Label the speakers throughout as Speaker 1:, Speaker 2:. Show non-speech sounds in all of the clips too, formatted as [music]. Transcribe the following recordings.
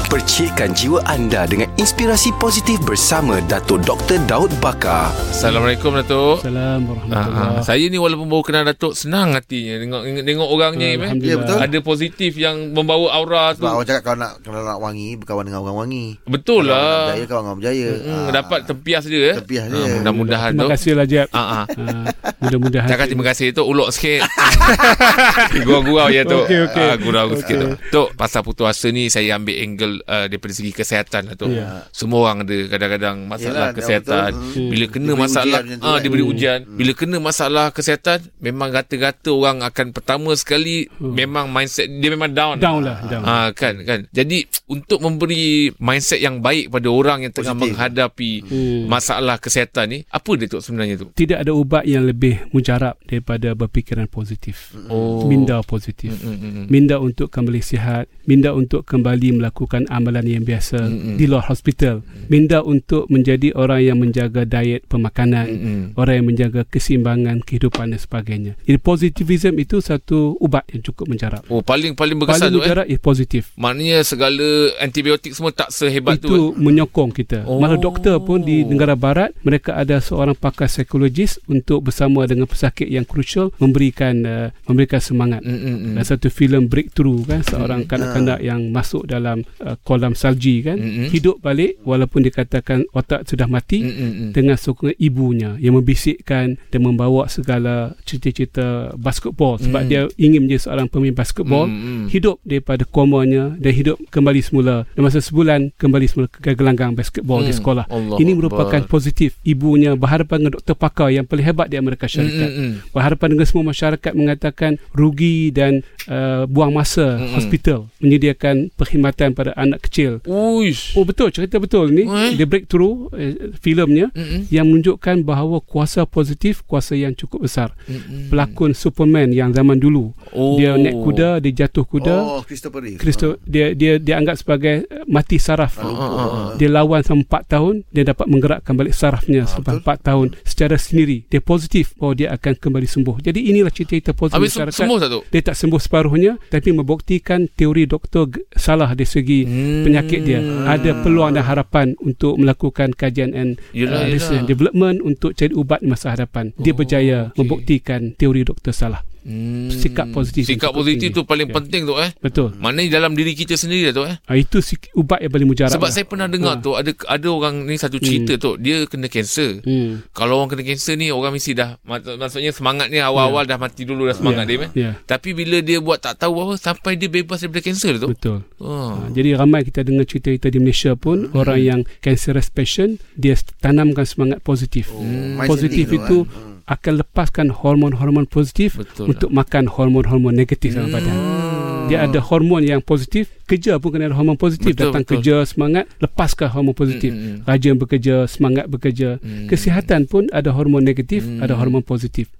Speaker 1: Percikkan jiwa anda dengan inspirasi positif bersama Dato' Dr. Daud Bakar.
Speaker 2: Assalamualaikum Datuk.
Speaker 3: Assalamualaikum
Speaker 2: Ha,
Speaker 3: warahmatullahi
Speaker 2: ha. Saya ni walaupun baru kenal Datuk senang hatinya tengok tengok orangnya Im, eh.
Speaker 3: Alhamdulillah.
Speaker 4: Ya, betul.
Speaker 2: Ada positif yang membawa aura tu.
Speaker 4: Sebab orang cakap kalau nak kalau nak wangi berkawan dengan orang wangi.
Speaker 2: Betul
Speaker 4: Kalau nak
Speaker 2: lah.
Speaker 4: berjaya kawan orang berjaya.
Speaker 2: Hmm,
Speaker 4: Ah.
Speaker 2: dapat tempias dia eh.
Speaker 4: Tempias
Speaker 2: Ah,
Speaker 4: dia.
Speaker 2: mudah-mudahan
Speaker 3: Terima
Speaker 2: tu.
Speaker 3: kasih lah Jeb.
Speaker 2: Ha ah.
Speaker 3: Ha, mudah-mudahan.
Speaker 2: Cakap terima kasih tu ulok sikit. [laughs] Gurau-gurau ya tu.
Speaker 3: Okey, okey.
Speaker 2: Ah, gurau
Speaker 3: Okey.
Speaker 2: sikit tu. Tu pasal putus asa ni saya ambil angle uh, daripada segi kesihatan lah tu.
Speaker 3: Ya.
Speaker 2: Semua orang ada kadang-kadang masalah
Speaker 4: Yalah,
Speaker 2: kesihatan.
Speaker 4: betul.
Speaker 3: Hmm.
Speaker 2: Bila kena
Speaker 4: Diberi
Speaker 2: masalah
Speaker 4: ujian macam tu
Speaker 2: ah
Speaker 4: kan?
Speaker 2: diberi ujian, bila kena masalah kesihatan memang rata-rata orang akan pertama sekali memang mindset dia memang down.
Speaker 3: Hmm. Down lah. Down.
Speaker 2: Ah kan kan. Jadi untuk memberi mindset yang baik pada orang yang tengah
Speaker 4: Positif.
Speaker 2: menghadapi
Speaker 3: Hmm.
Speaker 2: masalah kesihatan ni, apa dia tu sebenarnya tu?
Speaker 3: Tidak ada ubat yang lebih mujarab daripada berfikiran positif.
Speaker 2: Oh.
Speaker 3: Minda positif.
Speaker 2: Mm, mm, mm.
Speaker 3: Minda untuk kembali sihat. Minda untuk kembali melakukan amalan yang biasa
Speaker 2: Mm-mm.
Speaker 3: di luar hospital. Minda untuk menjadi orang yang menjaga diet pemakanan.
Speaker 2: Mm-mm.
Speaker 3: Orang yang menjaga keseimbangan kehidupan dan sebagainya. Jadi positivism itu satu ubat yang cukup menjarap.
Speaker 2: Oh paling paling berkesan
Speaker 3: Paling
Speaker 2: tu eh.
Speaker 3: mujarab is positif.
Speaker 2: Maknanya segala antibiotik semua tak sehebat
Speaker 3: itu
Speaker 2: tu. eh?
Speaker 3: menyokong kita.
Speaker 2: Oh.
Speaker 3: Oh. Malah doktor pun di negara barat mereka ada seorang pakar psikologis untuk bersama dengan pesakit yang crucial memberikan uh, memberikan semangat.
Speaker 2: Mm, mm, mm.
Speaker 3: Ada satu filem breakthrough kan seorang kanak-kanak yang masuk dalam uh, kolam salji kan
Speaker 2: Mm-mm.
Speaker 3: hidup balik walaupun dikatakan otak sudah mati
Speaker 2: Mm, mm, mm.
Speaker 3: dengan sokongan ibunya yang membisikkan dan membawa segala cita-cita basketball sebab
Speaker 2: Mm.
Speaker 3: dia ingin menjadi seorang pemain basketball
Speaker 2: Mm, mm.
Speaker 3: hidup daripada komanya dan hidup kembali semula dan masa sebulan kembali semula ke gelanggang basketball di
Speaker 2: Hmm.
Speaker 3: sekolah
Speaker 2: Allah
Speaker 3: ini merupakan
Speaker 2: Akbar.
Speaker 3: positif ibunya berhadapan dengan doktor pakar yang paling hebat di Amerika Syarikat
Speaker 2: Mm, mm, mm.
Speaker 3: berhadapan dengan semua masyarakat mengatakan rugi dan uh, buang masa
Speaker 2: Mm-mm.
Speaker 3: hospital menyediakan perkhidmatan pada anak kecil
Speaker 2: Uish.
Speaker 3: oh betul cerita betul ni
Speaker 2: Eh.
Speaker 3: the breakthrough uh, filmnya
Speaker 2: Mm, mm,
Speaker 3: yang menunjukkan bahawa kuasa positif kuasa yang cukup besar
Speaker 2: mm, mm.
Speaker 3: pelakon Superman yang zaman dulu
Speaker 2: Oh.
Speaker 3: dia naik kuda dia jatuh kuda
Speaker 4: Oh, Christopher Reeve.
Speaker 3: Kristo dia dia dianggap sebagai uh, mati saraf.
Speaker 4: Ah,
Speaker 2: Ah, ah, ah.
Speaker 3: Dia lawan selama 4 tahun, dia dapat menggerakkan balik sarafnya
Speaker 4: Ah,
Speaker 3: selepas
Speaker 4: betul.
Speaker 3: 4 tahun secara sendiri. Dia positif bahawa dia akan kembali sembuh. Jadi inilah cerita-cerita positif
Speaker 2: Habis sem-
Speaker 3: masyarakat.
Speaker 2: sembuh tak tu?
Speaker 3: Dia tak sembuh separuhnya tapi membuktikan teori doktor g- salah dari segi
Speaker 2: Hmm. Ah.
Speaker 3: penyakit dia. Ada peluang dan harapan untuk melakukan kajian and
Speaker 2: Yelah,
Speaker 3: uh, research and
Speaker 2: yelah.
Speaker 3: development untuk cari ubat di masa hadapan. Dia
Speaker 2: Oh,
Speaker 3: berjaya
Speaker 2: okey.
Speaker 3: membuktikan teori doktor salah.
Speaker 2: Hmm.
Speaker 3: sikap positif
Speaker 2: Sikap
Speaker 3: cukup
Speaker 2: positif
Speaker 3: tinggi.
Speaker 2: tu paling
Speaker 3: Ya.
Speaker 2: penting tu eh.
Speaker 3: Betul.
Speaker 2: Maknanya dalam diri kita sendiri lah tu eh.
Speaker 3: Ah, itu sik- ubat yang paling mujarab.
Speaker 2: Sebab
Speaker 3: lah. Hmm.
Speaker 2: saya pernah dengar
Speaker 3: Ah.
Speaker 2: tu ada ada orang ni satu cerita tu dia kena kanser.
Speaker 3: Hmm.
Speaker 2: Kalau orang kena kanser ni orang mesti dah mak- maksudnya semangatnya awal-awal dah mati dulu dah semangat dia. eh.
Speaker 3: Ya.
Speaker 2: Tapi bila dia buat tak tahu apa sampai dia bebas daripada kanser tu.
Speaker 3: Betul.
Speaker 2: Oh.
Speaker 3: Ha, jadi ramai kita dengar cerita-cerita di Malaysia pun hmm. orang yang cancerous patient dia s- tanamkan semangat positif. Oh.
Speaker 4: Oh, mindset
Speaker 3: Positif
Speaker 4: thing
Speaker 3: itu
Speaker 4: kan. Hmm.
Speaker 3: Akan lepaskan hormon-hormon positif
Speaker 2: eh? Betul. Hmm.
Speaker 3: untuk makan hormon-hormon negatif dalam badan. Dia ada hormon yang positif, kerja pun kena ada hormon positif.
Speaker 2: Betul,
Speaker 3: Datang
Speaker 2: betul.
Speaker 3: kerja semangat, lepaskan hormon positif.
Speaker 2: Hmm, hmm, hmm.
Speaker 3: Rajin bekerja, semangat bekerja.
Speaker 2: Hmm.
Speaker 3: Kesihatan pun ada hormon negatif,
Speaker 2: Hmm.
Speaker 3: ada hormon positif.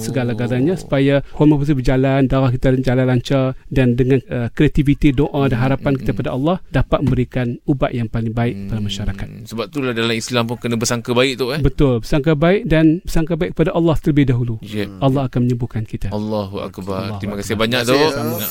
Speaker 2: Oh.
Speaker 3: oh. segala-galanya supaya hormon positif berjalan, darah kita berjalan lancar dan dengan uh, kreativiti, doa
Speaker 2: Hmm,
Speaker 3: dan harapan kita pada Allah dapat memberikan ubat yang paling baik pada masyarakat.
Speaker 2: Hmm, Sebab itulah dalam Islam pun kena bersangka baik tu eh.
Speaker 3: Betul, sangka baik dan sangka baik kepada Allah terlebih dahulu.
Speaker 2: Yep.
Speaker 3: Allah akan menyembuhkan kita.
Speaker 2: Allahu akbar.
Speaker 3: Allahu
Speaker 2: Terima kasih
Speaker 3: Akbar.
Speaker 2: banyak tu.
Speaker 4: Terima kasih,
Speaker 2: Nah.